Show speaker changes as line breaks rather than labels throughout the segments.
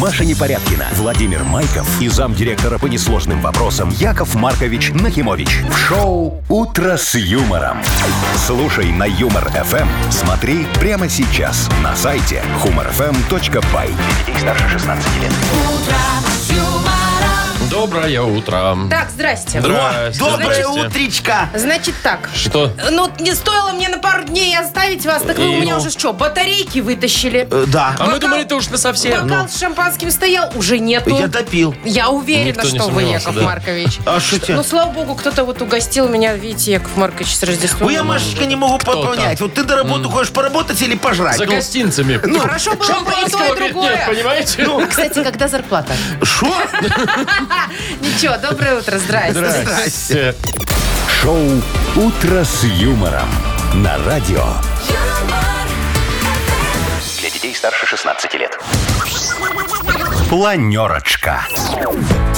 Маша Непорядкина, Владимир Майков и замдиректора по несложным вопросам Яков Маркович Нахимович. В шоу «Утро с юмором». Слушай на «Юмор-ФМ». Смотри прямо сейчас на сайте humorfm.by. Для детей старше 16 лет.
Доброе утро.
Так, здрасте.
Здрасте,
Доброе
Э, здрасте.
утречко.
Значит так.
Что?
Ну, не стоило мне на пару дней оставить вас, так вы у
И?
ну.
меня уже что, батарейки вытащили?
Э, Да.
А мы
Бокал-
думали, ты уж на совсем.
Бокал с шампанским стоял, уже нету.
Э, ну. Я допил.
Я уверена,
Никто не
что вы,
сомневался,
Яков
да.
Маркович.
А что тебе?
Ну, слава богу, кто-то вот угостил меня, видите, Яков Маркович, с Рождеством.
Ой, я, Машечка, не могу
ну, Кто-то.
понять. Вот ты до работы хочешь поработать или пожрать?
За
Ну,
гостинцами.
Ну, хорошо было бы и то, и
Шампанского ведь нет,
другое. Ну,
понимаете?
Кстати, когда зарплата?
Шо?
Ничего, доброе утро, здрасте.
Здрасте.
Э,
Шоу «Утро с юмором» на радио. Для детей старше 16 лет. Планерочка.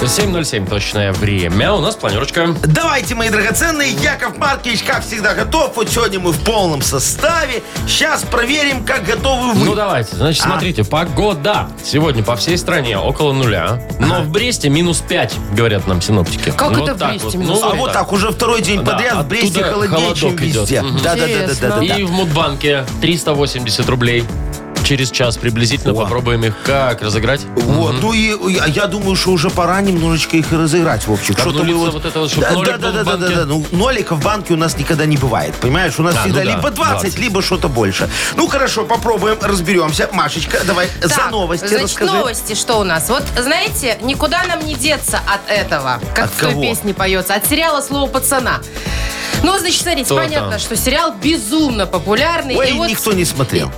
7.07 точное время. У нас планерочка.
Давайте, мои драгоценные, Яков Маркович, как всегда, готов. Вот сегодня мы в полном составе. Сейчас проверим, как готовы вы.
Ну давайте, значит,
А.
смотрите, погода сегодня по всей стране около нуля, но в Бресте минус 5, говорят нам синоптики.
Как это в
так
Бресте
вот,
минус
ну,
а вот так, уже второй день
Да,
подряд в Бресте
оттуда
холоднее, чем
холодок идет.
везде.
Мгм.
Да, да, да, да, да, да,
Интересно.
да.
И в Мудбанке 380 рублей. Через час приблизительно попробуем их как разыграть.
Вот, ну и и- а я думаю, что уже пора немножечко их и разыграть, Вовчик. Что-то мы
Обнулиться вот это вот, чтоб
Да,
нолик
да,
был в
да, да, да,
банке.
да, ну, нолика в банке у нас никогда не бывает, понимаешь? У нас
А, ну
всегда
да,
либо 20,
20.
либо что-то больше. Ну, хорошо, попробуем, разберемся. Машечка, давай за
Так,
новости
значит,
расскажи.
новости что у нас? Вот, знаете, никуда нам не деться от этого. Как
От
в той
кого?
песне поется. От сериала «Слово пацана». Ну, значит, смотрите,
Кто
понятно,
там?
что сериал безумно популярный.
Ой,
и вот
никто не смотрел.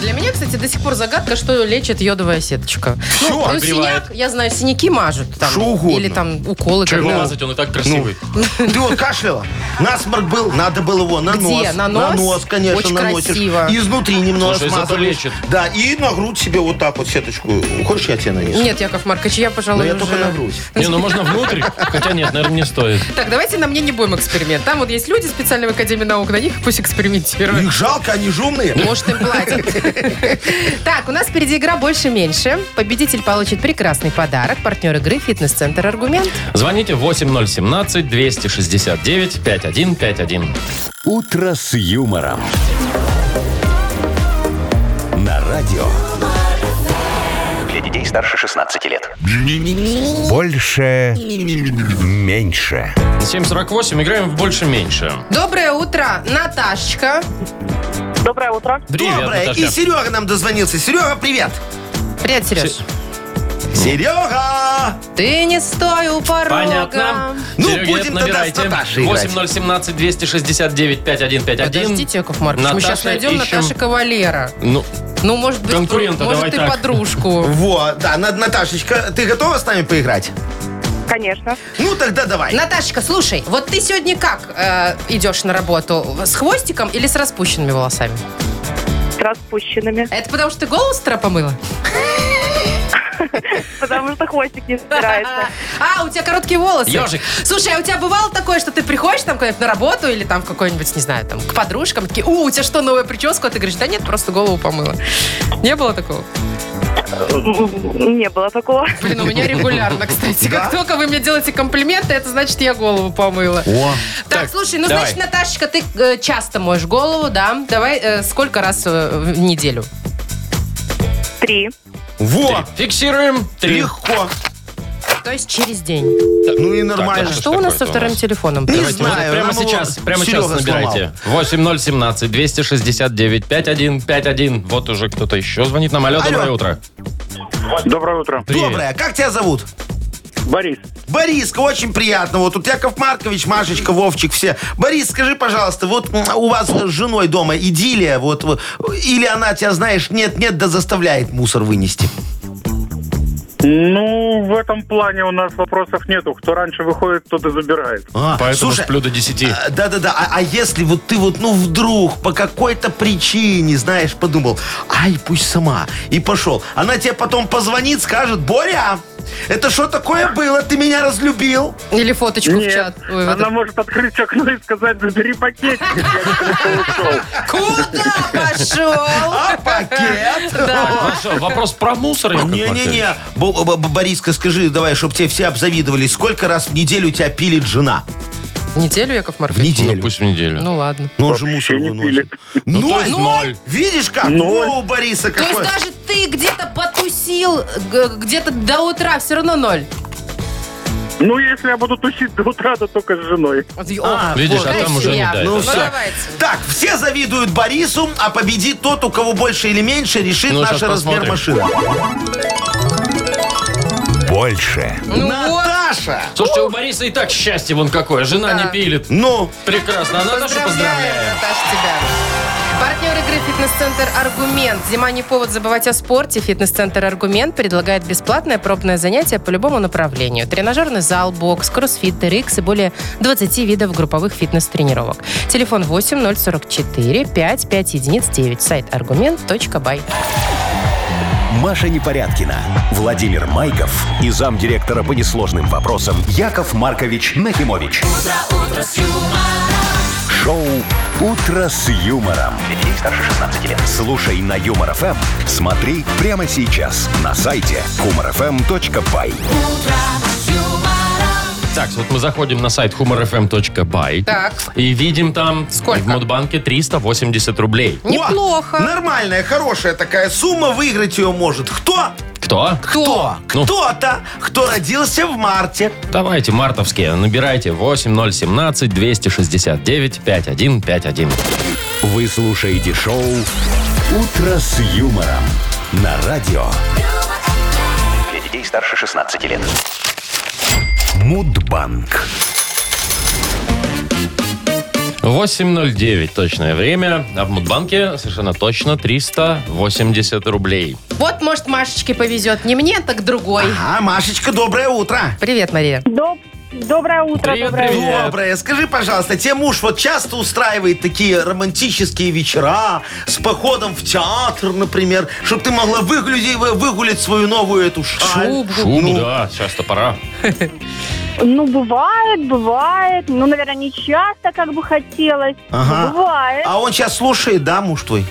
Для меня, кстати, до сих пор загадка, что лечит йодовая сеточка.
Всё,
Ну, ну,
отбивает.
синяк, я знаю, синяки мажут там.
Что угодно.
Или там уколы.
Че его
когда-
мазать, он и так красивый.
Ты вот кашляла? Ну. Насморк был, надо было его на
Где?
нос.
На нос?
конечно,
Очень
наносишь.
красиво.
Изнутри немного
Слушай, зато
смазываешь.
лечит.
Да, и на грудь себе вот так вот сеточку. Хочешь, я тебе нанесу?
Нет, Яков Маркович, я,
Но
пожалуй,
я
уже-
только на грудь.
Не, ну можно внутрь, хотя нет, наверное, не стоит.
Так, давайте на мне не будем эксперимент. Там вот есть люди специально в Академии наук, на них пусть экспериментируют.
Их жалко, они же умные.
Ну,
Может, им платят. Так, у нас впереди игра «Больше-меньше». Победитель получит прекрасный подарок. Партнер игры «Фитнес-центр Аргумент».
Звоните 8017-269-5151.
«Утро с юмором». На радио
Для детей старше 16 лет.
«Больше, меньше».
748, играем в больше-меньше.
Доброе утро, Наташечка.
Доброе утро.
Привет,
Доброе.
Наташа.
И Серега нам дозвонился. Серега, привет.
Привет, Сереж.
Ну.
Серега!
Ты не стой у порога.
Понятно.
Ну,
Сереге
будем тогда
набирайте.
с Наташей играть.
8017-269-5151.
Подождите, Яков Маркович, мы сейчас
Наташа
найдем
ищем.
Наташа Кавалера.
Ну,
Ну, может быть,
Конкурента,
друг- может,
давай
и
так.
подружку.
Вот, да, Нат- Наташечка, ты готова с нами поиграть?
Конечно.
Ну, тогда давай.
Наташечка, слушай, вот ты сегодня как э, идешь на работу? С хвостиком или с распущенными волосами?
С распущенными.
Это потому что ты голову с утра помыла?
Потому что хвостик не собирается.
А, у тебя короткие волосы.
Ёжик.
Слушай, а у тебя бывало такое, что ты приходишь там куда-нибудь на работу или там в какой-нибудь, не знаю, там к подружкам, такие, у, у тебя что, новая прическа? А ты говоришь, да нет, просто голову помыла. Не было такого?
Не было такого.
Блин, у меня регулярно, кстати.
Да?
Как только вы мне делаете комплименты, это значит, я голову помыла.
О,
Так,
Так,
слушай, ну,
давай.
значит, Наташечка, ты э, часто моешь голову, да? Давай, э, сколько раз э, в неделю?
Три.
во,
фиксируем. Три.
легко.
То есть через день.
Ну и
Так,
нормально.
это
Что у нас
такое-то
со
у
вторым
нас?
телефоном?
Не
Давайте,
знаю,
вот прямо
нам его
сейчас, прямо сейчас
Серега
набирайте. 8017 269 5151. Вот уже кто-то еще звонит нам. Алло,
Алло.
доброе утро.
Доброе утро.
Привет.
Доброе. Как тебя зовут?
Борис.
Бориска, очень приятно. Вот тут Яков Маркович, Машечка, Вовчик, все. Борис, скажи, пожалуйста, вот м, у вас с женой дома идиллия, вот, вот, или она тебя, знаешь, нет-нет, да заставляет мусор вынести.
Ну, в этом плане у нас вопросов нету. Кто раньше выходит, тот и забирает.
А,
Поэтому
слушай,
сплю до 10.
а, Да-да-да, а, а если вот ты вот, ну, вдруг по какой-то причине, знаешь, подумал, ай, пусть сама, и пошел. Она тебе потом позвонит, скажет, Боря, это что такое было, ты меня разлюбил?
Или фоточку в чат.
Нет,
Ой, в
она
этот-
может открыть окно и сказать, забери пакетик.
Куда пошел?
А пакет?
Ну что, вопрос про мусор. Яков Маркович?
Не-не-не, Бо- Бо- Бо- Бориска, скажи, давай, чтобы тебе все обзавидовали, сколько раз в неделю тебя пилит жена?
Неделю, Яков
В
Маркович?
Ну,
неделю.
пусть в неделю.
Ну ладно.
Ну, он же мусор
не
выносит.
Ну, то
Ноль.
есть ноль.
Видишь как?
Ноль.
Ну, у Бориса
То есть
какой.
даже ты где-то потусил, г- где-то до утра, все равно ноль.
Ну, если я буду тусить до утра, то только с женой.
А,
Видишь,
вот.
а там уже не
Конечно.
дают.
Ну,
Ну,
всё.
давайте.
Так, все завидуют Борису, а победит тот, у кого больше или меньше, решит
Ну,
наш
щас
размер
посмотрим.
машины.
Больше.
Ну вот.
Наташа!
Слушайте, у Бориса и так счастье вон какое. Жена
Да.
не пилит.
Ну,
Прекрасно. А Наташу поздравляем.
Наташ, тебя. Партнер игры «Фитнес-центр Аргумент». Зима не повод забывать о спорте. «Фитнес-центр Аргумент» предлагает бесплатное пробное занятие по любому направлению. Тренажерный зал, бокс, кроссфит, TRX и более 20 видов групповых фитнес-тренировок. Телефон 8 044 5 5 единиц 9. Сайт аргумент.бай.
Маша Непорядкина, Владимир Майков и замдиректора по несложным вопросам Яков Маркович Нахимович. Шоу Утро с юмором.
Для детей старше 16 лет.
Слушай на Юмор ФМ, смотри прямо сейчас на сайте humorfm.by.
Так, вот мы заходим на сайт humorfm.by.
Так.
И видим там
Сколько?
в Модбанке 380 рублей.
о,
Неплохо.
нормальная, хорошая такая сумма. Выиграть ее может кто?
Кто?
Кто?
Ну.
Кто-то, кто родился в марте.
Давайте, мартовские, набирайте 8017-269-5151.
Вы слушаете шоу Утро с юмором на радио
Для детей старше 16 лет.
Мудбанк.
8.09 точное время, а в Мудбанке совершенно точно 380 рублей.
Вот, может, Машечке повезет. Не мне, так другой.
А, Машечка, доброе утро.
Привет, Мария.
Доб- Доброе утро,
Привет,
доброе
привет.
Доброе. Скажи, пожалуйста, тебе муж вот часто устраивает такие романтические вечера с походом в театр, например, чтобы ты могла выглядеть, выгулять свою новую эту шаль?
Шубу,
Ну.
да, сейчас-то пора.
утро. Ну, бывает, бывает. Ну, наверное, не часто, как бы хотелось.
Ага.
но Бывает.
А он сейчас слушает, да, муж твой?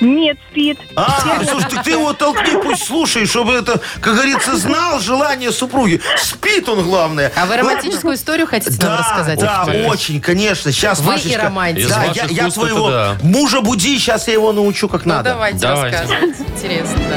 Нет, спит.
А, слушай, так ты его толкни, пусть слушай, чтобы это, как говорится, знал желание супруги. Спит он, главное.
А вы романтическую историю хотите нам
Да,
рассказать?
да,
Ух ты.
очень, конечно. Сейчас,
Вы и
Машечка,
романтик.
Из
Да, я,
ваших
я
уст это
твоего
да.
мужа буди, сейчас я его научу как
Ну,
надо.
давайте,
Давайте.
рассказывайте. Интересно, да.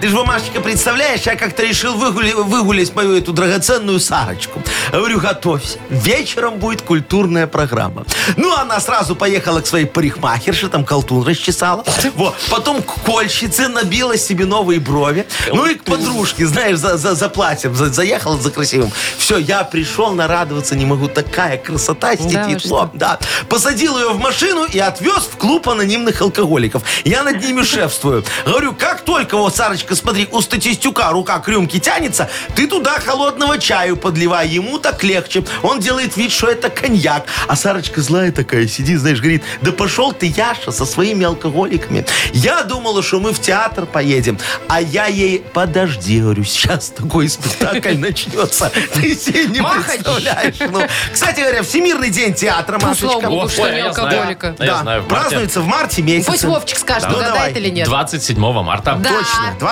Ты же, Машечка, представляешь, я как-то решил выгули- выгулять мою эту драгоценную Сарочку. Говорю, готовься. Вечером будет культурная программа. Ну, она сразу поехала к своей парикмахерше, там колтун расчесала. Вот. Потом к кольщице набила себе новые брови. Ну и к подружке, знаешь, за, за, за платьем за- заехала за красивым. Все, я пришел, нарадоваться не могу. Такая красота
Да вы
сидит.
что?
Во, да. Посадил ее в машину и отвез в клуб анонимных алкоголиков. Я над ними шефствую. Говорю, как только, вот, Сарочка, смотри, у статистюка рука к рюмке тянется, ты туда холодного чаю подливай, ему так легче. Он делает вид, что это коньяк. А Сарочка злая такая сидит, знаешь, говорит, да пошел ты, Яша, со своими алкоголиками. Я думала, что мы в театр поедем. А я ей, подожди, говорю, сейчас такой спектакль начнется. Ты себе не
Махач.
представляешь. Ну, кстати говоря, Всемирный день театра,
Ну,
Машечка.
слава богу,
О,
что
ой,
не
а я знаю.
алкоголика.
Да, я знаю, в марте.
празднуется в марте месяце.
Пусть Вовчик скажет,
Да. Ну,
угадает
давай.
или нет.
27 марта.
Да.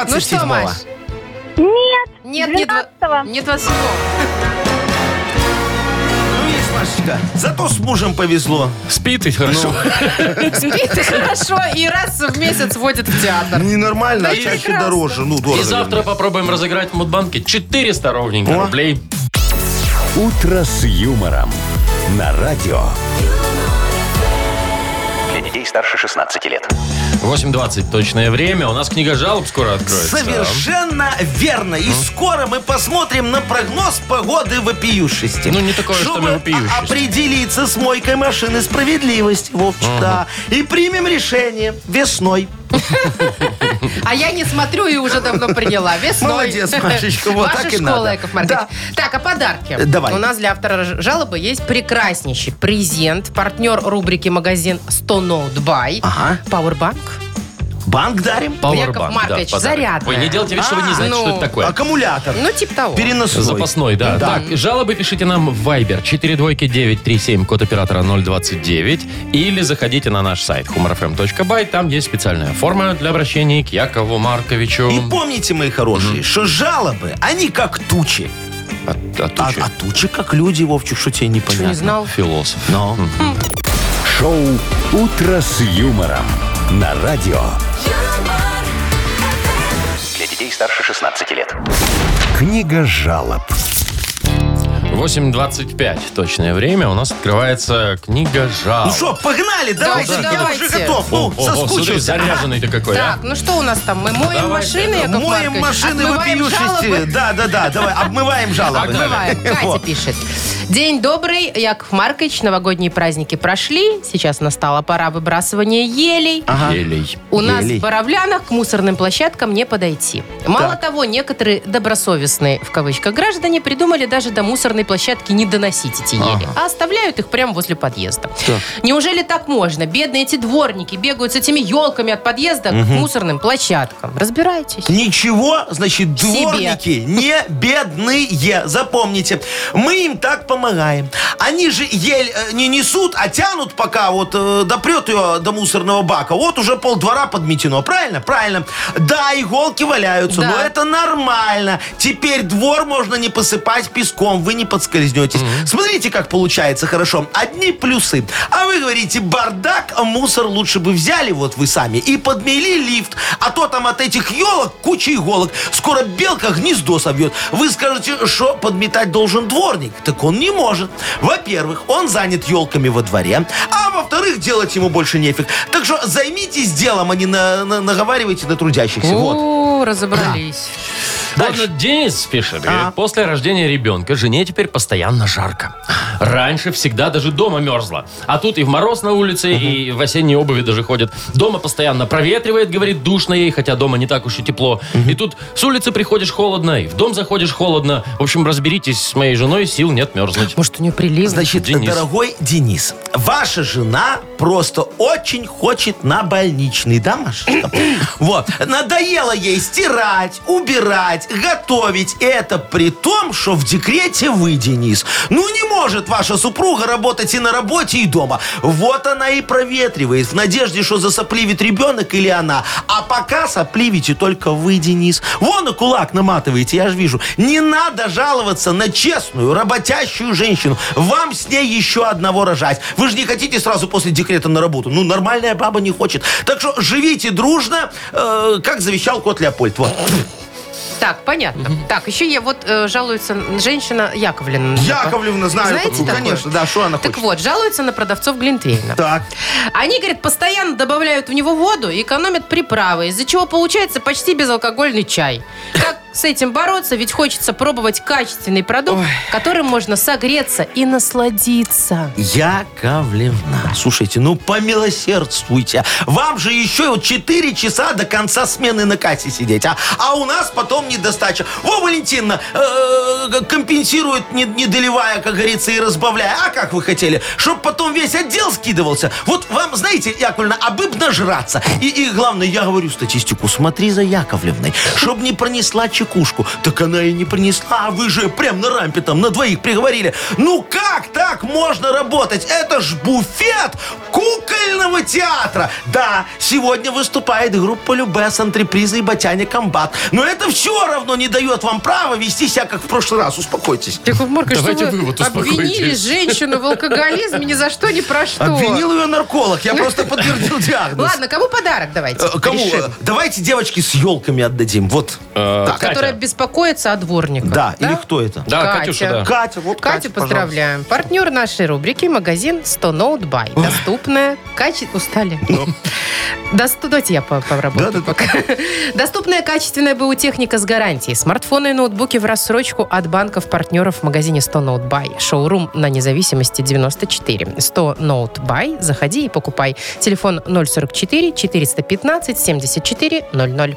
Точно,
Ну что,
27-го.
Маш?
Нет,
Нет, не, два-
12-го.
не 27
Ну, есть, Машечка. Зато с мужем повезло.
Спит и хорошо.
Ну,
Спит и хорошо, и раз в месяц водит в театр.
Ненормально, а чаще
прекрасно.
дороже. Ну, дорого.
И завтра попробуем разыграть в Мудбанке 400 ровненько
О.
рублей.
Утро с юмором на радио
Для детей старше 16 лет.
8.20 точное время. У нас книга жалоб скоро откроется.
Совершенно верно. И скоро мы посмотрим на прогноз погоды вопиющести.
Ну, не такое, что
Чтобы
ли, вопиющесть.
о- определиться с мойкой машины справедливость, Вовчик, да. И примем решение весной.
А я не смотрю и уже давно приняла. Весной.
Молодец, Машечка, вот
Ваша
так и
школа,
надо.
Яков Маркович. Так, о подарке.
Э, давай.
У нас для автора ж- жалобы есть прекраснейший презент. Партнер рубрики «Магазин 100 ноутбай».
Ага.
Пауэрбанк.
Банк дарим.
Powerbank,
Яков Маркович,
подарок.
зарядная.
Ой, не делайте вид, что вы не
А,
знаете, что
ну.
это такое.
Аккумулятор.
Ну, типа того.
Переносной.
Запасной, да.
Да.
Так, жалобы пишите нам в Viber 42937, код оператора 029, или заходите на наш сайт humorfm.by, там есть специальная форма для обращения к Якову Марковичу.
И помните, мои хорошие, что жалобы, они как тучи.
От- от
А,
тучи.
а тучи как люди, Вовчик, что тебе Ну,
Что, не
непонятно.
знал?
Философ.
Но.
Шоу Утро с юмором на радио.
Для детей старше 16 лет.
Книга жалоб.
8.25 точное время. У нас открывается книга жалоб.
Ну что, погнали, давайте,
уже
я
давайте.
уже готов.
О,
Ну,
о, о, смотри,
соскучился.
заряженный ты какой, а?
Так, ну что у нас там? Мы моем
Давайте,
машины,
да.
Яков
э, Моем
Маркович?
машины
Отмываем
вопиющести.
жалобы?
Да, да, да, давай, обмываем жалобы.
Отмываем. Катя
Вот.
пишет. День добрый, Яков Маркович. Новогодние праздники прошли. Сейчас настала пора выбрасывания елей.
Елей.
У нас
Елей.
в Боровлянах к мусорным площадкам не подойти. Мало того, некоторые добросовестные, в кавычках, граждане придумали даже до мусорной площадки не доносить эти ели, а оставляют их прямо возле подъезда. Неужели так можно? Бедные эти дворники бегают с этими елками от подъезда к мусорным площадкам. Разбирайтесь.
Ничего, значит,
Себе.
дворники не бедные. Запомните, мы им так помогаем. Они же ель э, не несут, а тянут, пока вот э, допрет ее до мусорного бака. Вот уже полдвора подметено. Правильно? Правильно. Да, иголки валяются,
Да.
но это нормально. Теперь двор можно не посыпать песком, вы не подскользнетесь. Смотрите, как получается хорошо. Одни плюсы. А вы говорите, бардак, а мусор лучше бы взяли, вот вы сами, и подмели лифт. А то там от этих елок куча иголок. Скоро белка гнездо собьет. Вы скажете, что подметать должен дворник. Так он не может. Во-первых, он занят елками во дворе. А во-вторых, делать ему больше нефиг. Так что займитесь делом, а не на- на- наговаривайте на трудящихся. Вот.
О, разобрались.
Дальше. Денис пишет. говорит, После рождения ребенка жене теперь постоянно жарко. Раньше всегда даже дома мерзла. А тут и в мороз на улице, и в осенней обуви даже ходит. Дома постоянно проветривает, говорит, душно ей, хотя дома не так уж и тепло. И тут с улицы приходишь холодно, и в дом заходишь холодно. В общем, разберитесь с моей женой, сил нет мерзнуть.
Может, у нее прилив?
Значит,
Денис.
дорогой Денис, ваша жена просто очень хочет на больничный, да, Машечка? Вот. Надоело ей стирать, убирать, готовить. Это при том, что в декрете вы, Денис. Ну, не может ваша супруга работать и на работе, и дома. Вот она и проветривает в надежде, что засопливит ребенок или она. А пока сопливите только вы, Денис. Вон и кулак наматываете, я же вижу. Не надо жаловаться на честную, работящую женщину. Вам с ней еще одного рожать. Вы же не хотите сразу после декрета на работу. Ну, нормальная баба не хочет. Так что живите дружно, э, как завещал кот Леопольд. Вот.
Так, понятно. Так, еще я вот э, жалуется женщина Яковлевна.
Яковлевна, знаю.
Знаете
такую.
такое?
Конечно, да, что она
Так
хочет.
вот, жалуется на продавцов Глинтвейна.
Так.
Они, говорит, постоянно добавляют в него воду и экономят приправы, из-за чего получается почти безалкогольный чай. Как с этим бороться? Ведь хочется пробовать качественный продукт, которым можно согреться и насладиться.
Яковлевна, слушайте, ну помилосердствуйте. Вам же еще вот 4 часа до конца смены на кассе сидеть, а, а у нас потом недостача. Во, Валентина, э, компенсирует, не, не доливая, как говорится, и разбавляя. А как вы хотели? Чтоб потом весь отдел скидывался. Вот вам, знаете, Яковлевна, а бы б нажраться. И, и главное, я говорю статистику, смотри за Яковлевной, чтоб не пронесла чекушку. Так она и не принесла, а вы же прям на рампе там на двоих приговорили. Ну как так можно работать? Это ж буфет кукольного театра. Да, сегодня выступает группа Любе с антрепризой Батяня Комбат. Но это все равно не дает вам права вести себя как в прошлый раз. Успокойтесь.
Яков Маркович,
Давайте
что вы
вы вот
обвинили
успокойтесь.
женщину в алкоголизме ни за что, ни про что.
Обвинил ее нарколог. Я просто подтвердил диагноз.
Ладно, кому подарок давайте?
Э, Кому?
решим?
Э, Давайте девочки с елками отдадим. Вот.
Э, Катя.
Которая беспокоится о дворниках.
Да. Или кто это?
Да,
Катя.
Катюша, да.
Катя, вот
Катю
поздравляю.
поздравляем. Партнер нашей рубрики – магазин 100 ноутбай. Доступная, каче... Устали?
Ну.
Досту- Давайте я по- поработаю
Да-да-да.
пока. Доступная качественная БУ техника с гарантией. Смартфоны и ноутбуки в рассрочку от банков-партнеров в магазине 100 ноутбай. Шоурум на независимости 94. 100 ноутбай. Заходи и покупай. Телефон 044 415 74 00.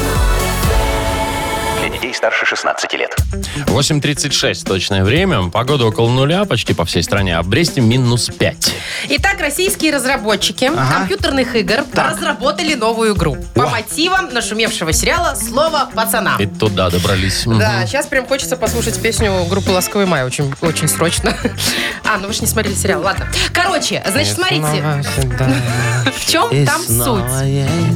Для детей старше 16 лет.
8.36 точное время. Погода около нуля почти по всей стране. А в Бресте минус 5.
Итак, российские разработчики компьютерных игр разработали новую игру по мотивам нашумевшего сериала «Слово пацана».
И туда добрались.
Да, сейчас прям хочется послушать песню группы «Ласковый май» очень, очень срочно. А, ну вы же не смотрели сериал, ладно. Короче, значит, смотрите, в чем там суть.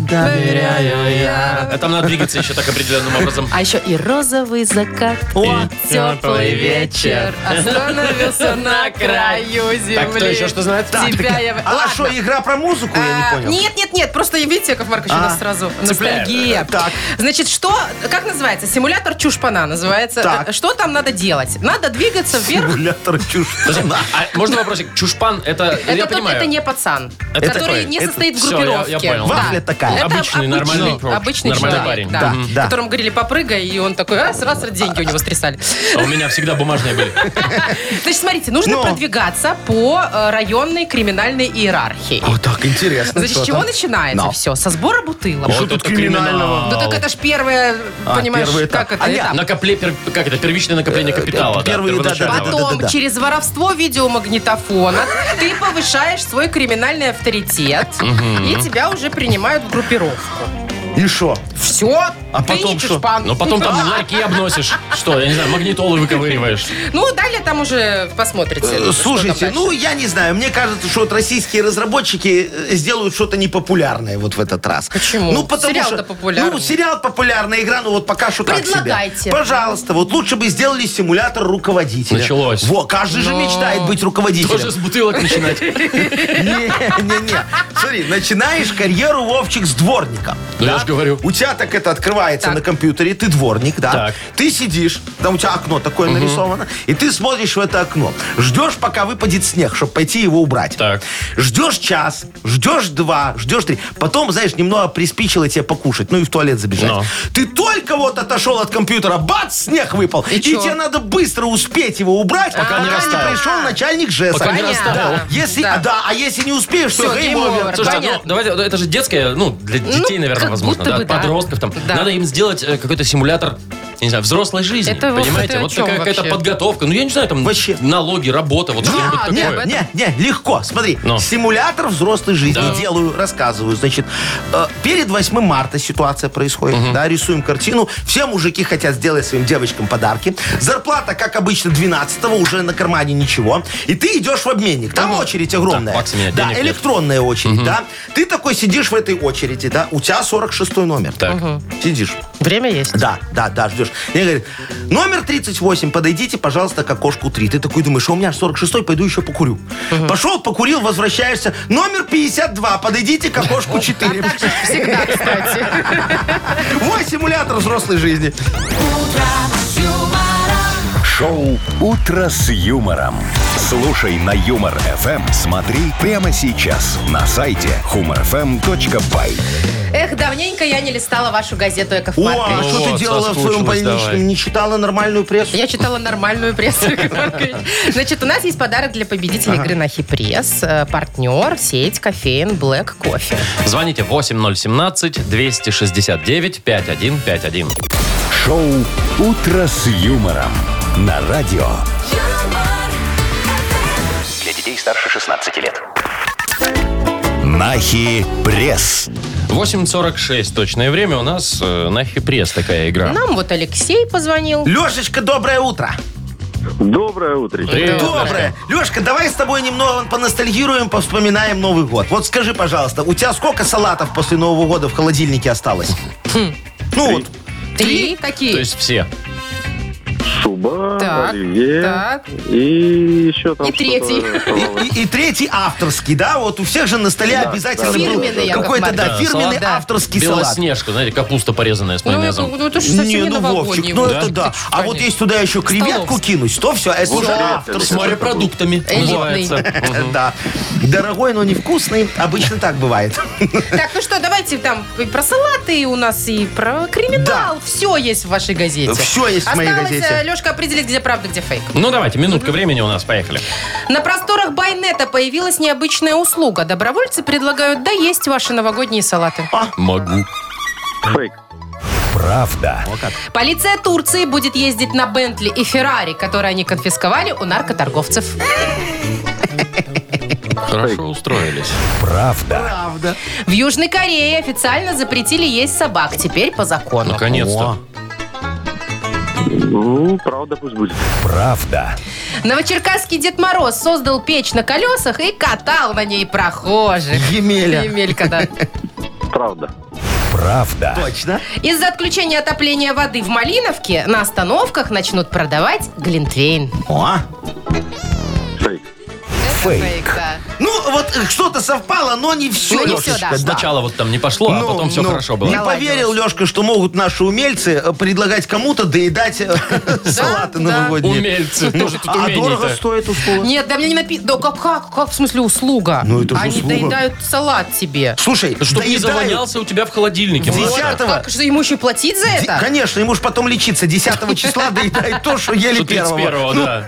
Доверяю я. А там надо двигаться еще так определенным образом.
А еще и розовый закат.
О,
Теплый вечер остановился на краю земли.
Так, кто еще что знает?
Тебя я...
А
Ладно.
что, игра про музыку? Я
А,
не понял.
Нет, нет, нет, просто видите, Яков Маркович, у нас
А,
сразу
цепляет.
ностальгия.
Так.
Значит, что, как называется? Симулятор чушпана называется.
Так.
Э, Что там надо делать? Надо двигаться вверх.
Симулятор чушь.
Подожди, а можно вопросик? Чушпан, это,
Это,
я
тот-
понимаю.
это не пацан,
Это
который
такой,
не
это-
состоит в
всё, я-
группировке.
я понял.
Да.
Вафля такая.
Это
Обычный, нормальный чувак.
обычный
Нормальный парень.
человек, Да,
Да, да.
Которому говорили попрыгай, и он такой, раз, раз, деньги у него стрясали.
А у меня всегда бумажные были.
Значит, смотрите, нужно
Но.
продвигаться по э, районной криминальной иерархии.
О, так интересно.
Значит, с чего начинается все? Со сбора бутылок.
Вот
тут
это
криминального?
криминал.
Ну так это ж первое,
А,
понимаешь,
первый этап.
как это
А, не,
этап.
Накопле, пер- как это, первичное накопление капитала. да,
Э, первые, да, да,
первоначального.
да, да.
Потом через воровство видеомагнитофона ты повышаешь свой криминальный авторитет, и тебя уже принимают в группировку.
И что?
Все,
А
ты
потом
не
что?
чушпан.
Но Ну, потом там ларьки обносишь. Что, я не знаю, магнитолы выковыриваешь.
Ну, далее там уже посмотрите. что там
Слушайте,
дальше.
ну я не знаю, мне кажется, что вот российские разработчики э, сделают что-то непопулярное вот в этот раз.
Почему?
Ну потому
Сериал-то
что
популярный.
ну сериал популярная игра, ну вот пока что так себе.
Предлагайте.
Пожалуйста, вот лучше бы сделали симулятор руководителя.
Началось.
Во, каждый же мечтает быть руководителем.
Тоже с бутылок начинать.
Не-не-не. Смотри, начинаешь карьеру, Вовчик, с дворника.
Ну, я ж говорю.
У тебя так это открывается
Так.
на компьютере, ты дворник, да?
Так.
Ты сидишь, там у тебя окно такое нарисовано, и ты смотришь в это окно. Ждешь, пока выпадет снег, чтобы пойти его убрать.
Так.
Ждешь час, ждешь два, ждешь три. Потом, знаешь, немного приспичило тебе покушать, ну и в туалет забежать.
Но.
Ты только вот отошел от компьютера, бац, снег выпал. И,
чё?
тебе надо быстро успеть его убрать, пока,
не растаял.
пришел начальник жеста.
Пока не
Понятно.
растаял.
Если,
Да.
да. а если не успеешь,
Всё,
то
гейм овер.
гейм-овер.
Слушайте,
Понятно.
ну давайте, это же детское, ну, для детей,
Ну,
наверное,
как
возможно,
будто
да,
бы да.
подростков там.
Да.
Надо им сделать э, какой-то симулятор, я не знаю, взрослой жизни.
Это вот
понимаете?
это о
Вот
чем
такая какая-то
вообще?
подготовка. Ну, я не знаю, там
Вообще.
налоги, работа, вот что-нибудь
Не,
такое.
не, не, не, легко. Смотри,
а, Ну.
симулятор взрослой жизни
Да.
делаю, рассказываю. Значит, э, перед 8 марта ситуация происходит. Да, рисуем картину. Все мужики хотят сделать своим девочкам подарки. Зарплата, как обычно, 12 уже на кармане ничего. И ты идешь в обменник. Там очередь огромная.
Ну, Так, факса меня,
да,
денег нет.
электронная очередь, да. Ты такой сидишь в этой очереди, да. У тебя 46 номер.
Так.
Сидишь.
Время есть.
Да, да, да, ждешь. Мне говорит, номер 38, подойдите, пожалуйста, к окошку 3. Ты такой думаешь, «А у меня аж 46, пойду еще покурю. Пошел, покурил, возвращаешься. Номер 52, подойдите к окошку 4.
Всегда, кстати.
Вот симулятор взрослой жизни.
Шоу «Утро с юмором». Слушай на Юмор ФМ. Смотри прямо сейчас на сайте humorfm.by.
Эх, давненько я не листала вашу газету «Эков
О,
Маркович».
а
ну
что
вот,
ты делала в своем
соскучилась, давай.
больничном? Не читала нормальную прессу?
Я читала нормальную прессу, Яков Маркович. Значит, у нас есть подарок для победителей игры на Пресс. Э, Партнер, сеть, кофеин, Black кофе.
Звоните 8017-269-5151.
Шоу «Утро с юмором» на радио.
юмор,
Для детей старше 16 лет.
Нахи пресс.
8.46 точное время у нас э, на пресс такая игра.
Нам вот Алексей позвонил.
Лешечка, доброе утро.
Доброе утро.
Привет.
Доброе. Лешка, давай с тобой немного поностальгируем, повспоминаем Новый год. Вот скажи, пожалуйста, у тебя сколько салатов после Нового года в холодильнике осталось?
Хм.
Ну вот,
Три какие?
То есть все.
Шуба,
Ну,
Так,
оливье
так.
и еще там э,
И третий.
третий.
И, и третий авторский, да, вот у всех же на столе
Да,
обязательно
да,
был
Фирменный, Яков
какой-то, да,
Маркович.
фирменный
Салат, да.
авторский салат.
Белоснежка, знаете, капуста порезанная с
ну, это,
майонезом.
ну, это же совсем не,
ну,
новогодний.
Вовчик, ну
вот.
это да.
Ты чё,
А вот
конечно.
если туда еще креветку
Столовский.
кинуть, то все, это уже
С
авторский.
морепродуктами.
Элитный.
называется. Мгм.
Да. Дорогой, но невкусный. Обычно так бывает.
Так, ну что, давайте там и про салаты у нас, и про криминал. Все есть в вашей газете.
Все есть в моей газете.
Осталось, э, Лешка, определить, где правда, где фейк.
Ну давайте, минутка времени у нас, поехали.
На просторах Байнета появилась необычная услуга. Добровольцы предлагают доесть ваши новогодние салаты.
А.
Могу.
Фейк.
Правда.
Полиция Турции будет ездить на Бентли и Феррари, которые они конфисковали у наркоторговцев.
Хорошо устроились.
Правда.
Правда.
В Южной Корее официально запретили есть собак. Теперь по закону.
Наконец-то.
Ну, правда пусть будет.
Правда.
Новочеркасский Дед Мороз создал печь на колесах и катал на ней прохожих.
Емеля.
Емелька, да.
Правда.
правда.
Точно.
Из-за отключения отопления воды в Малиновке на остановках начнут продавать глинтвейн.
О.
Фейк.
Это
Фейк.
да.
Ну, вот э, что-то совпало, но не все,
Ну, не всё, да.
Сначала вот там не пошло, а
Ну,
потом все
ну,
хорошо было.
Не поверил, Лешка, что могут наши умельцы э, предлагать кому-то доедать э, салаты
да.
новогодние.
Умельцы.
Ну,
Тоже тут
А
умение-то.
дорого стоит услуга.
Нет, да мне не написано. Да как, как, как, в смысле услуга?
Ну, это же
Они
услуга.
доедают салат тебе.
Слушай,
Чтобы не
доедают
завонялся у тебя в холодильнике.
Вот.
Маша.
Десятого.
Как же ему еще платить за
Ди-
это?
Конечно, ему же потом лечиться. 10 числа доедает то, что ели
Что 31-го,
первого.
да.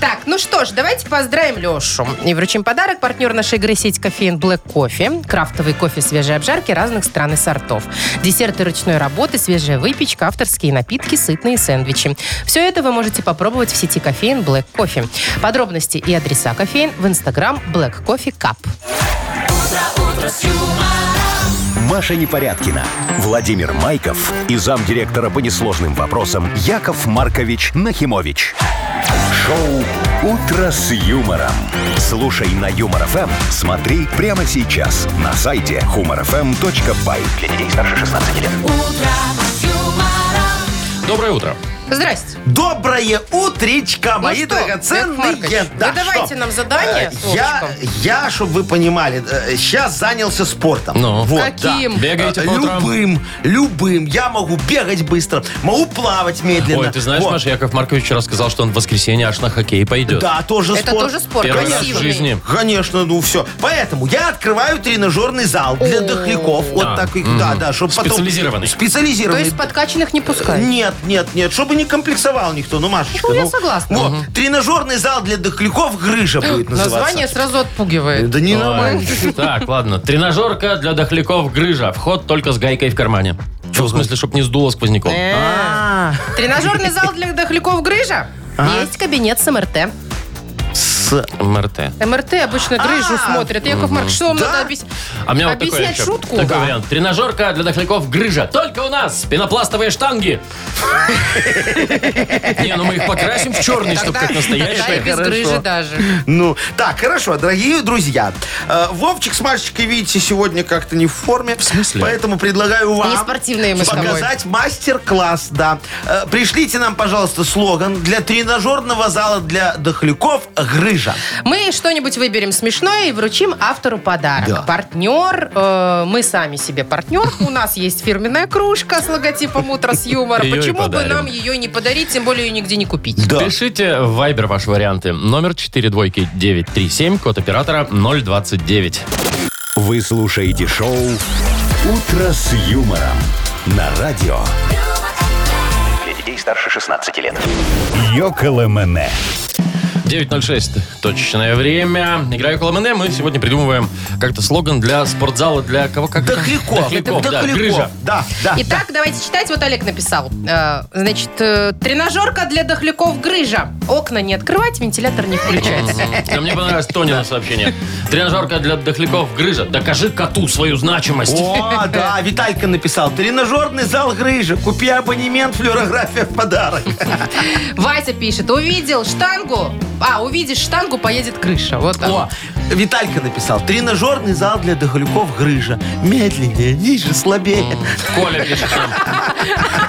Так, ну что ж, давайте поздравим Лешу. И вручим подарок. Партнер нашей игры сеть кофеин Black Кофе. Крафтовый кофе свежей обжарки разных стран и сортов. Десерты ручной работы, свежая выпечка, авторские напитки, сытные сэндвичи. Все это вы можете попробовать в сети кофеин Black Кофе. Подробности и адреса кофеин в инстаграм Black Coffee Cup.
Маша Непорядкина, Владимир Майков и замдиректора по несложным вопросам Яков Маркович Нахимович. Шоу «Утро с юмором». Слушай на Юмор ФМ, смотри прямо сейчас на сайте humorfm.by.
Для детей старше 16 лет.
Ну.
Доброе утро.
Здрасте.
Доброе утречко,
Ну
мои
что,
драгоценные.
Яков Маркович,
Да,
вы давайте
что?
нам задание,
Э, Я, я, чтобы вы понимали, э, сейчас занялся спортом.
Ну.
вот,
Каким?
да.
Бегаете
Э,
по утрам?
Любым, любым. Я могу бегать быстро, могу плавать медленно.
Ой, ты знаешь,
Вот.
Маша, Яков Маркович вчера сказал, что он в воскресенье аж на хоккей пойдет.
Да, тоже
Это
Ну, спорт.
тоже спорт.
Первый раз в
Красивый.
жизни.
Конечно, ну все. Поэтому я открываю тренажерный зал для дохляков.
Да,
Вот так их,
мгм.
да, да, чтобы потом...
Специализированный.
То
Специализированный.
есть подкачанных не пускают?
Нет, нет, нет, чтобы не комплексовал никто, ну, Машечка.
Ну, я согласна.
вот, тренажерный зал для дохляков «Грыжа» будет называться.
Э, Название сразу отпугивает.
Да не
Ой.
нормально.
Так, ладно. Тренажерка для дохляков грыжа. Вход только с гайкой в кармане. Ну, в смысле, чтобы не сдуло сквозняком.
А,
Тренажерный зал для дохляков Грыжа. Есть кабинет с МРТ.
с-
А? МРТ.
МРТ обычно Грыжу смотрят. Яков Маркович, что вам
А. Да?
надо объяснить?
А у меня вот такой
Объяснять
еще-
шутку?
Такой
Да.
вариант. Тренажерка для дохляков грыжа. Только у нас пенопластовые штанги. Не, ну мы их покрасим в черный, чтобы как
Тогда и
настоящие.
без
хорошо.
Грыжи даже.
Ну, так, хорошо, дорогие друзья. Э, Вовчик с Машечкой, видите, сегодня как-то не в форме. В
смысле?
Поэтому предлагаю вам
Не спортивные мы с тобой.
показать мастер-класс, да. Э, Пришлите нам, пожалуйста, слоган для тренажерного зала для дохляков «Грыжа».
Мы что-нибудь выберем смешное и вручим автору подарок.
Да.
Партнер, э, мы сами себе партнер. У нас есть фирменная кружка с логотипом «Утро с юмором».
Ее и
Почему бы
подарим.
нам ее не подарить, тем более ее нигде не купить?
Да.
Пишите в Viber ваши варианты. Номер 4 двойки 937, код оператора 029.
Вы слушаете шоу «Утро с юмором» на радио
Для детей старше 16 лет.
«Йоколэмэне».
9.06. Точное время. Играю около МН. Мы сегодня придумываем как-то слоган для спортзала, для кого как
Дохляков.
Дохляков,
Это
да.
дохляков.
Грыжа.
Да, да.
Итак, давайте читать. Вот Олег написал. Э, Значит, э, тренажерка для дохляков грыжа. Окна не открывать, вентилятор не включать.
Да мне понравилось Тонина сообщение. Тренажерка для дохляков Грыжа. Докажи коту свою значимость.
О, да, Виталька написал. Тренажерный зал «Грыжа». Купи абонемент флюорография в подарок.
Вася пишет. Увидел штангу. А, увидишь штангу, поедет крыша. Вот так.
О, Виталька написал. Тренажерный зал для дохляков «Грыжа». Медленнее, ниже, слабее.
Коля пишет нам.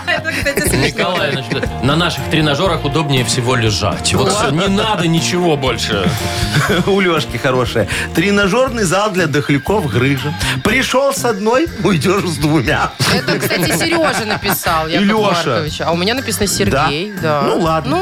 Это, кстати, смешно.
Николай, значит, на наших тренажерах удобнее всего лежать. Вот всё, не надо ничего больше.
У Лешки хорошая. Тренажерный зал для дохляков «Грыжа». Пришел с одной, уйдешь с двумя.
Это, кстати, Сережа написал, Яков
Лёша.
Маркович. А у меня написано Сергей. Да.
Да? Ну, ладно.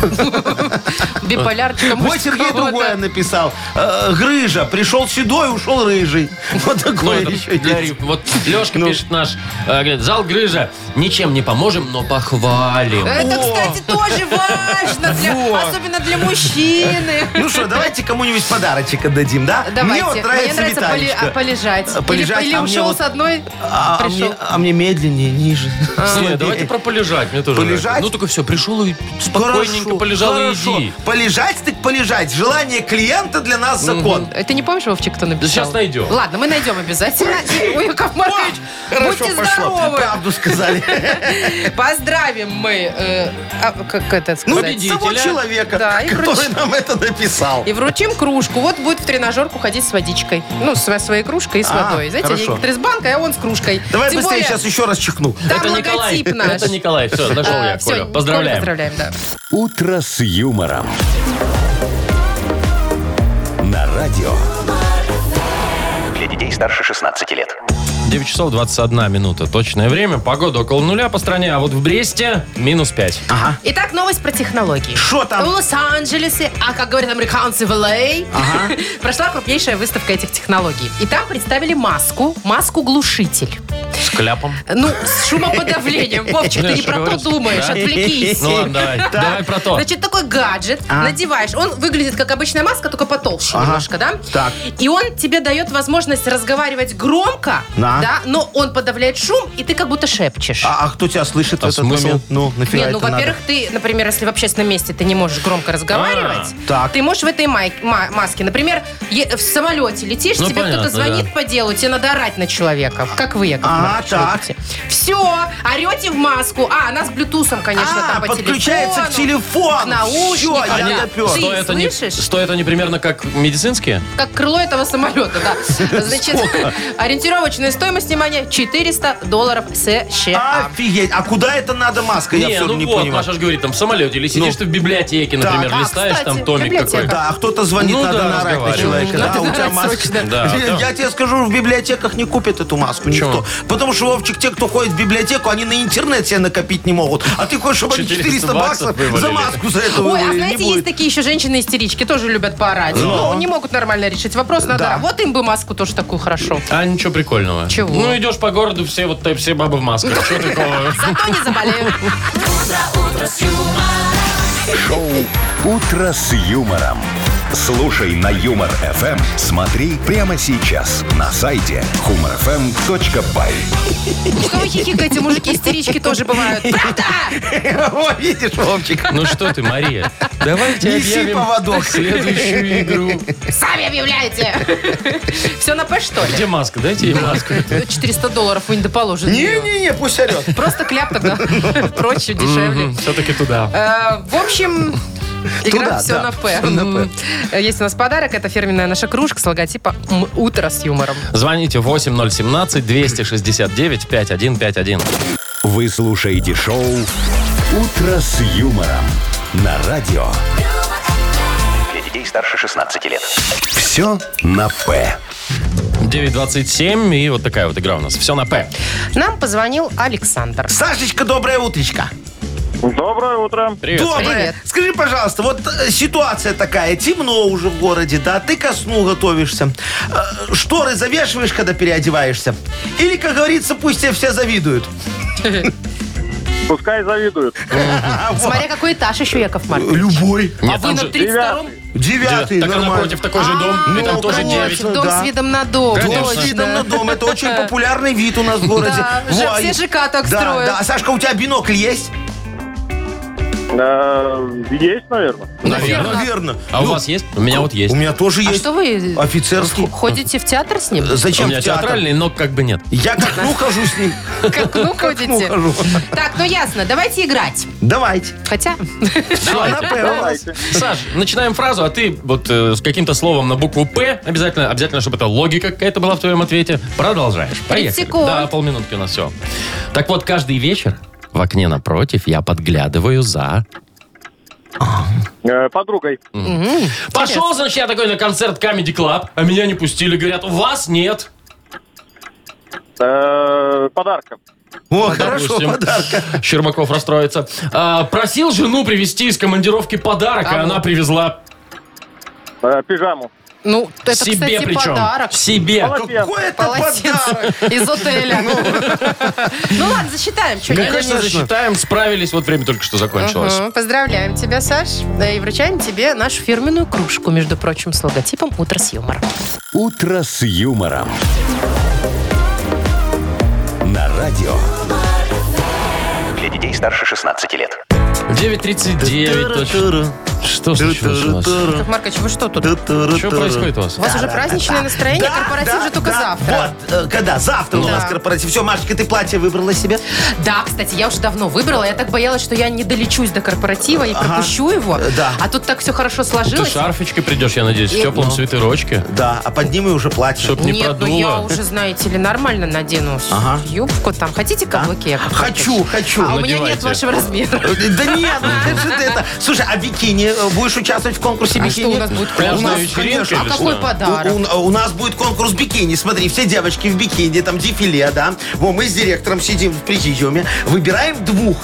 Ну, биполярчика.
Вот
может,
Сергей
кого-то.
другое написал. Э, Грыжа. Пришел седой, ушел рыжий. Вот
Ну,
такое
это
еще
для
есть.
Рю- Вот Лешка
Ну.
пишет наш, э, говорит, зал Грыжа. Ничем не поможем, но похвалим.
Это,
О!
кстати, тоже важно, для-
Во!
особенно для мужчины.
Ну что, давайте кому-нибудь подарочек отдадим, да?
Давайте.
Мне вот нравится,
Мне нравится поли-
Виталечка.
а, полежать.
А, полежать,
или или
а мне
ушел
вот-
с одной,
А, а
пришел.
мне, а мне медленнее, ниже.
А.
Не, давайте про полежать, мне тоже
Полежать?
нравится. Ну, только все, пришел и спокойненько
Хорошо,
полежал
хорошо.
и иди.
Полежать так полежать. Желание клиента для нас закон.
Э, Ты не помнишь, Вовчик, кто написал?
Да щас найдем.
Ладно, мы найдем обязательно. Ой, Яков Маркович,
Хорошо
будьте
пошло.
здоровы.
Правду сказали.
Поздравим мы, э, а, как это
Ну,
сказать,
Победителя.
того человека,
Да, и
который
вручим.
нам это написал.
и вручим кружку. Вот будет в тренажерку ходить с водичкой. Ну, со своей кружкой и с
А,
водой. Знаете,
хорошо.
некоторые с банкой, а он с кружкой.
Давай
Тем
быстрее
более,
сейчас еще раз чихну.
Там
это Николай.
логотип наш.
Это Николай. Все, нашел
А,
я,
всё,
Колю.
Колю
Поздравляем.
поздравляем, да.
«Утро с юмором». На радио.
Для детей старше 16 лет.
9 часов 21 минута. Точное время. Погода около нуля по стране, а вот в Бресте минус 5.
А,
Итак, новость про технологии.
Что
В
там?
Лос-Анджелесе, а как говорят американцы, в LA, прошла крупнейшая выставка этих технологий. И там представили маску, маску-глушитель.
С кляпом.
Ну, с шумоподавлением. Вовчик, ты
Ну,
не
что
про то
говоришь?
думаешь,
Да.
отвлекись.
Ну ладно, давай. Давай про то.
Значит, такой гаджет надеваешь. Он выглядит как обычная маска, только потолще
А. Ага.
немножко, да?
Так.
И он тебе дает возможность разговаривать громко,
Да.
да, но он подавляет шум, и ты как будто шепчешь.
А, а кто тебя слышит
А
в этот
смысл?
момент? Ну, нафига
Не, ну,
это надо?
во-первых, ты, например, если в общественном месте ты не можешь громко разговаривать,
А, так.
ты можешь в этой май- ма- маске, например, е- в самолете летишь,
Ну,
тебе
понятно,
кто-то звонит по делу, тебе надо орать на человека, как вы, Яков
Ага,
Маркович,
А, так.
любите. Все, орете в маску. А, она с блютусом, конечно,
А,
там по
подключается к телефону.
к наушникам,
Всё, я
да.
допёр.
Ты
Что это не-
слышишь?
что это не примерно как медицинские?
Как крыло этого самолета, да. Значит, ориентировочная стоимость, внимание, 400 долларов США.
Офигеть. А куда это надо маска? Я все
ну
не
вот,
понимаю. Ну.
Маша же говорит, там в самолете, или сидишь ты в библиотеке, например,
А,
листаешь,
кстати,
там томик
библиотека.
какой-то.
Да, а кто-то звонит,
Ну
надо
да,
наорать на
разговаривай.
человека.
Надо
Да, у тебя
наорать
маска.
срочно.
Да,
Блин,
да.
Я тебе скажу, в библиотеках не купят эту маску
Почему?
никто. Потому что, Вовчик, те, кто ходит в библиотеку, они на интернет себе накопить не могут. А ты хочешь, чтобы они 400
400
баксов
вывалили.
за маску за это
Ой, а
вывалили? Не
знаете, есть
будет. Ну.
такие еще женщины-истерички, тоже любят поорать. Но не могут нормально решить вопрос, надо...
Да.
Вот им бы маску тоже такую хорошо.
А ничего прикольного.
Чего?
Ну идешь по городу, все вот э, все бабы в масках. Что такого?
Зато не заболеют.
Шоу «Утро с юмором». Слушай на Юмор ФМ. Смотри прямо сейчас на сайте humorfm.by.
Что вы хихикаете, мужики-истерички тоже бывают. Правда?
О, видишь, Вовчик.
Ну что ты, Мария? Давайте
Неси поводок.
объявим следующую игру.
Сами объявляете. Все на П, что ли?
Где маска? Дайте ей маску.
400 долларов вы не доположите.
Не-не-не, пусть орет.
Просто кляп тогда. Проще, дешевле.
Все-таки туда.
Э, В общем... Игра
Туда,
все
да,
на П.
всё на «П».
М. Есть у нас подарок. Это фирменная наша кружка с логотипа «М, «Утро с юмором».
Звоните 8017-269-5151.
Вы слушаете шоу «Утро с юмором» на радио.
Для детей старше 16 лет.
Все на «П».
9.27, и вот такая вот игра у нас. Все на П.
Нам позвонил Александр.
Сашечка, доброе утречко.
Доброе утро.
Привет.
Доброе.
Привет.
Скажи, пожалуйста, вот э, ситуация такая, темно уже в городе, да, ты ко сну готовишься, Э, шторы завешиваешь, когда переодеваешься, или, как говорится, пусть тебе все завидуют.
Пускай завидуют.
А, вот.
Смотря какой этаж еще, Яков Маркович.
Любой.
а
Нет,
вы
там
на
же-
32-м?
Девятый,
Так а
нормально.
напротив такой же дом, и там
ну,
тоже
конечно.
9.
Дом
Да.
с видом на дом.
Дом
Конечно.
с
точно.
видом на дом. Это очень популярный вид у нас в городе.
Да,
Во,
же- все
и-
ЖК так
да,
строят.
Да, А, Сашка, у тебя бинокль есть?
Э, Есть, наверное.
Наверное.
Наверное.
А у
Ну,
вас есть? У меня вот есть.
У меня тоже
А
есть.
что вы
Офицерский.
ходите в театр с ним?
А У
Зачем
меня
в театр?
театральный, но как бы нет.
Я как ну хожу с ним.
Как ну ходите?
хожу.
Так, ну ясно, давайте играть.
Давайте.
Хотя,
Все, она появилась.
Давайте.
Саш, начинаем фразу, а ты вот э, с каким-то словом на букву П обязательно, обязательно, чтобы это логика какая-то была в твоем ответе. Продолжаешь. Поехали.
секунд.
Да, полминутки у нас все. Так вот, каждый вечер в окне напротив я подглядываю за...
Э, Подругой.
Пошел, значит, я такой на концерт Comedy Club, а меня не пустили. Говорят, у вас нет.
Э, Подарком.
О, хорошо,
Ну, Допустим.
подарка.
Щербаков расстроится. А, просил жену привезти из командировки подарок, а,
А
она
вот.
привезла
Э, Пижаму.
ну, это,
себе
кстати,
причем.
подарок.
Себе.
Полотенце.
Какой это
Полотенце
подарок?
из отеля. Ну ладно, засчитаем. чё нет.
Конечно, засчитаем, справились. Вот время только что закончилось.
Мгм. Поздравляем тебя, Саш. Да и вручаем тебе нашу фирменную кружку, между прочим, с логотипом «Утро с юмором».
«Утро с юмором». На радио.
Для детей старше 16 лет.
9.39. точно. Что случилось у вас?
Так, Маркович, вы что тут?
Что происходит у вас?
У вас уже праздничное настроение, корпоратив же только
да.
завтра.
Вот, э, когда? Завтра у
Да.
нас корпоратив. Все, Машечка, ты платье выбрала себе?
Да, кстати, я уже давно выбрала. Я так боялась, что я не долечусь до корпоратива и
Ага.
пропущу его.
Э, да.
А тут так все хорошо
Ты
сложилось.
шарфичкой придешь, я надеюсь, в
Нет, ну.
теплом свитерочке,
Да, а под ним и уже платье.
чтоб не
Нет, ну я
продуло.
уже, знаете ли, нормально надену с-
Ага. А?
юбку там. Хотите каблуки? Яков
Хочу,
Маркович?
хочу.
А у меня нет
надевайте.
вашего размера.
Э, Да нет, ну как же ты это? Слушай, а бикини? э, Будешь участвовать в конкурсе
А
бикини?
что у нас будет
Пляжная
конкурс?
вечеринка
А
или
какой
что?
подарок?
У, у- у нас будет конкурс бикини. Смотри, все девочки в бикини, там дефиле, да. Во, мы с директором сидим в президиуме, выбираем двух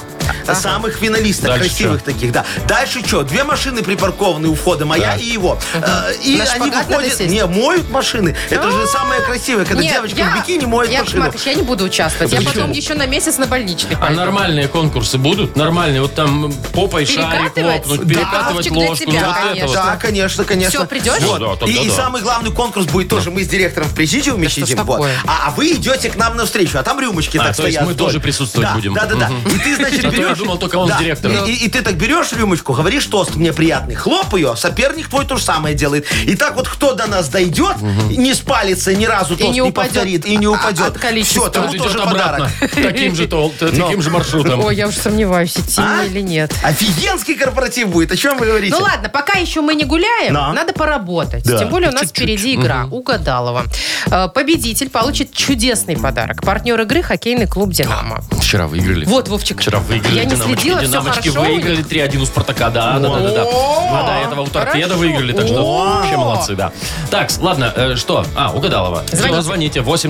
э, самых финалистов,
Дальше
красивых таких, да. Дальше что? Две машины припаркованы у входа, моя
Так.
и его. Э, И
На
они
шпагат надо
выходят,
сесть?
не, моют машины. Это же самое красивое, когда
А. Нет,
девочки
я-
в бикини моют
Яков
машину.
Маркович, я не буду участвовать. Я
Почему?
потом еще на месяц на больничный.
А
пойду.
нормальные конкурсы будут? Нормальные, вот там попой шарик
Перекатывать?
лопнуть,
Да.
перекатывать
Шкафчик для
ложку,
тебя,
вот это вот.
конечно.
Да, конечно, конечно.
Всё, придешь?
Вот.
Ну да, тогда
и, и
да.
самый главный конкурс будет тоже. Мы с директором в президиуме
Да что ж
сидим. вот.
такое?
А, а вы идете к нам навстречу, а там рюмочки
А,
так
то есть
стоят.
мы
вдоль.
тоже присутствовать
Да,
будем.
Да, да, да. И ты, значит,
А то я
берешь...
думал, только он с
Да.
директором.
И, и- и ты так берешь рюмочку, говоришь тост мне приятный, хлоп ее, соперник твой то же самое делает. И так вот кто до нас дойдет, не спалится ни разу, тост
не
не,
упадет
повторит и не
от-
упадет.
от количества.
Все, тому
Тот идет
тоже
обратно
подарок.
таким же, тол- таким же маршрутом.
Ой, я уже сомневаюсь, идти
А?
мне или нет.
Офигенский корпоратив будет, о чем вы говорите?
Ну ладно, пока еще мы не гуляем,
Да.
надо поработать.
Да.
Тем более у нас впереди игра Угадалова. Э, Победитель получит чудесный подарок. Партнер игры хоккейный клуб «Динамо».
Вчера выиграли.
Вот, Вовчик.
Вчера выиграли
Я не
«Динамочки».
следила, все
«Динамочки»
хорошо. у них?
выиграли 3-1 у «Спартака». Да, да, да, да, да. А до этого у «Торпеда»
хорошо.
выиграли, так что
О.
вообще молодцы, да. Так, ладно, э, что? А, угадалова.
Звоните.
Звоните. Звоните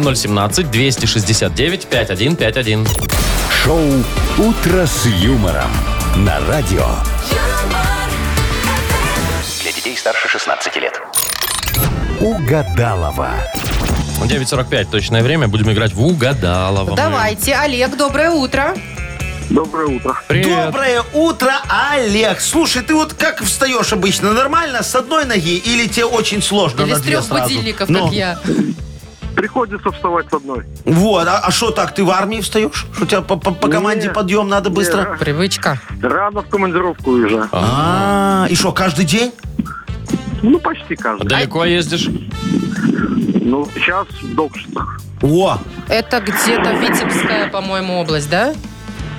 8017-269-5151.
Шоу «Утро с юмором» на радио.
юмор,
Для детей старше 16 лет.
Угадалова.
9.45 точное время, будем играть в угадалова.
Давайте, Олег, доброе утро.
Доброе утро.
Привет.
Доброе утро, Олег. Слушай, ты вот как встаешь обычно? Нормально с одной ноги или тебе очень сложно
Или
на
с
две
трех
сразу?
будильников,
Ну,
как я.
Приходится вставать с одной.
Вот, а что так, ты в армии встаешь? Что у тебя по, по- по команде
Не,
подъем надо быстро?
не.
Привычка.
Рано в командировку уезжаю.
А, и что, каждый день?
Ну, почти каждый.
А-
Далеко ездишь?
Ну, сейчас в Добштах.
Ну,
О,
Это где-то Витебская, по-моему, область, да?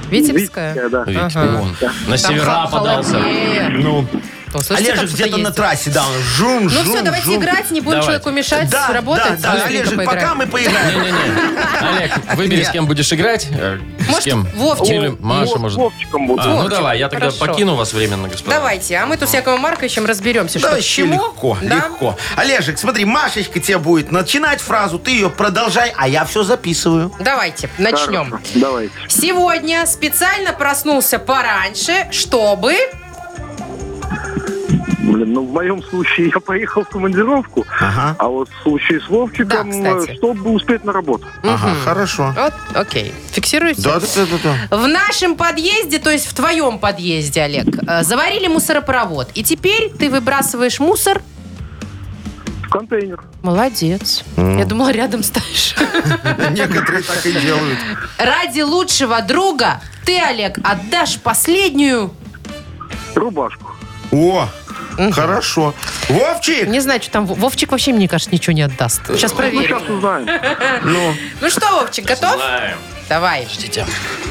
Витебская?
Витебская, да.
Витя,
Ага.
вон. На
Там
севера
хо-
подался.
холоднее.
ну,
Ну, слушайте,
Олежек
как
где-то на
ездит.
трассе, да, он жум,
Ну все, давайте играть, не будем
Давайте.
человеку мешать
Да,
работать.
да, да,
Быстренько
Олежек,
поиграем.
пока мы поиграем.
Не-не-не. Олег, выбери, с кем будешь играть. э, С
Может,
кем?
Вовчик?
Или Маша,
Вот,
может.
Вовчиком буду.
А, ну
Вовчик,
давай, я тогда
хорошо.
покину вас временно, господа.
Давайте, а мы тут с Яковом Марковичем разберемся, что
Типа. Да
к
вообще
чему.
легко,
Да?
легко. Олежек, смотри, Машечка тебе будет начинать фразу, ты ее продолжай, а я все записываю.
Давайте, начнем.
Хорошо, Давайте.
Сегодня специально проснулся пораньше, чтобы...
Блин, ну в моем случае я поехал в командировку,
Ага,
а вот в случае с Вовчиком,
Да, кстати.
э, чтобы успеть на работу.
ага, хорошо.
Вот, окей. Фиксируете?
Да, да, да, да, да.
В нашем подъезде, то есть в твоем подъезде, Олег, э, заварили мусоропровод. И теперь ты выбрасываешь мусор.
В контейнер.
Молодец. Я думала, рядом ставишь.
Некоторые так и делают.
Ради лучшего друга ты, Олег, отдашь последнюю...
Рубашку.
О, хорошо. Вовчик!
Не знаю, что там... Вов- Вовчик вообще, мне кажется, ничего не отдаст. Сейчас
Ну,
проверим.
сейчас узнаем.
Ну что, Вовчик, готов?
Знаем.
Давай.
Ждите.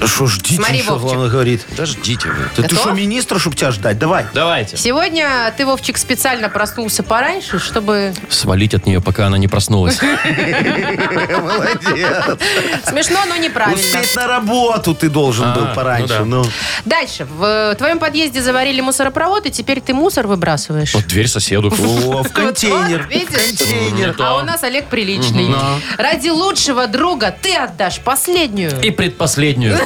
Что ждите,
Смотри,
еще
Вовчик.
главное говорит.
Да ждите вы.
Да ты
Готов?
что, министра, чтобы тебя ждать? Давай.
Давайте.
Сегодня ты, Вовчик, специально проснулся пораньше, чтобы...
Свалить от нее, пока она не проснулась.
Молодец.
Смешно, но неправильно.
Успеть на работу ты должен
А,
был пораньше.
ну
Ну,
Дальше. В э, твоем подъезде заварили мусоропровод, и теперь ты мусор выбрасываешь.
Вот дверь соседу.
О, в Ну, контейнер.
Вот, видишь?
В контейнер.
А у нас Олег приличный. Ради лучшего друга ты отдашь последнюю.
И предпоследнюю.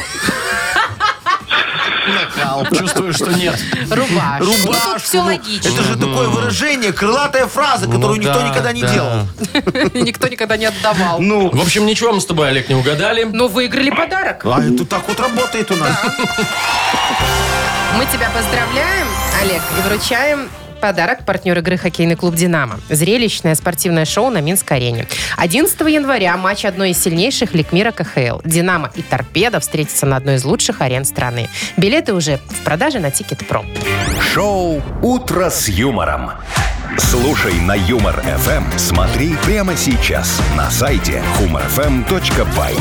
Чувствую, что нет.
Рубашку. Ну, тут все
ну,
логично.
Это же такое выражение, крылатая фраза,
Ну
которую никто
да,
никогда не
да.
делал.
Никто никогда не отдавал.
Ну,
В общем, ничего мы с тобой, Олег, не угадали.
Но выиграли подарок.
а это так вот работает у нас.
Мы тебя поздравляем, Олег, и вручаем Подарок партнер игры хоккейный клуб «Динамо». Зрелищное спортивное шоу на Минской арене. 11 января матч одной из сильнейших лиг мира КХЛ. «Динамо» и «Торпедо» встретятся на одной из лучших арен страны. Билеты уже в продаже на Тикет.Про.
Шоу «Утро с юмором». Слушай на Юмор ФМ. Смотри прямо сейчас на сайте humorfm.by.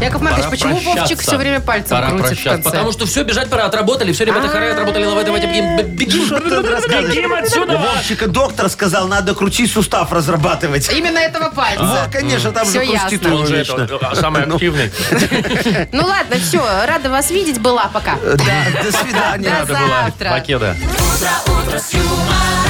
Яков Маркович,
Пора
почему
прощаться.
Вовчик все время пальцем
Пора
крутит в
прощаться,
конце? А.
Потому что все, бежать пора, отработали. Все, ребята, хорошо отработали. Давай, давайте бегим. б- Бегим.
Что ты рассказываешь?
Бегим отсюда.
Вовчика доктор сказал, надо крутить сустав разрабатывать.
Именно этого пальца.
Вот, конечно, там
Всё
же
ясно.
крутит
Он же
вечно.
это, э, самый активный.
Ну ладно, все, рада вас видеть была, пока.
Да, до
До
свидания.
Надо было.
завтра.
Покеда.
утро, утро с юмором.